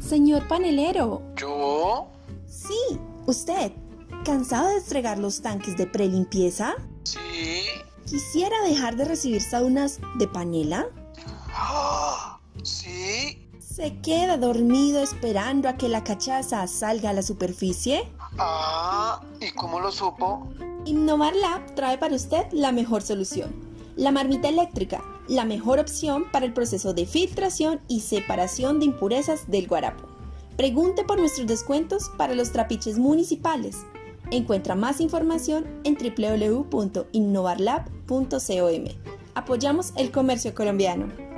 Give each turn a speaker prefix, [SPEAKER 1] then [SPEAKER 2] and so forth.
[SPEAKER 1] Señor panelero.
[SPEAKER 2] ¿Yo?
[SPEAKER 1] Mm. Sí, usted. ¿Cansado de estregar los tanques de prelimpieza?
[SPEAKER 2] Sí.
[SPEAKER 1] ¿Quisiera dejar de recibir saunas de panela?
[SPEAKER 2] Ah, ¿Sí?
[SPEAKER 1] ¿Se queda dormido esperando a que la cachaza salga a la superficie?
[SPEAKER 2] Ah, ¿y cómo lo supo?
[SPEAKER 1] Innovar Lab trae para usted la mejor solución. La marmita eléctrica, la mejor opción para el proceso de filtración y separación de impurezas del guarapo. Pregunte por nuestros descuentos para los trapiches municipales. Encuentra más información en www.innovarlab.com. Apoyamos el comercio colombiano.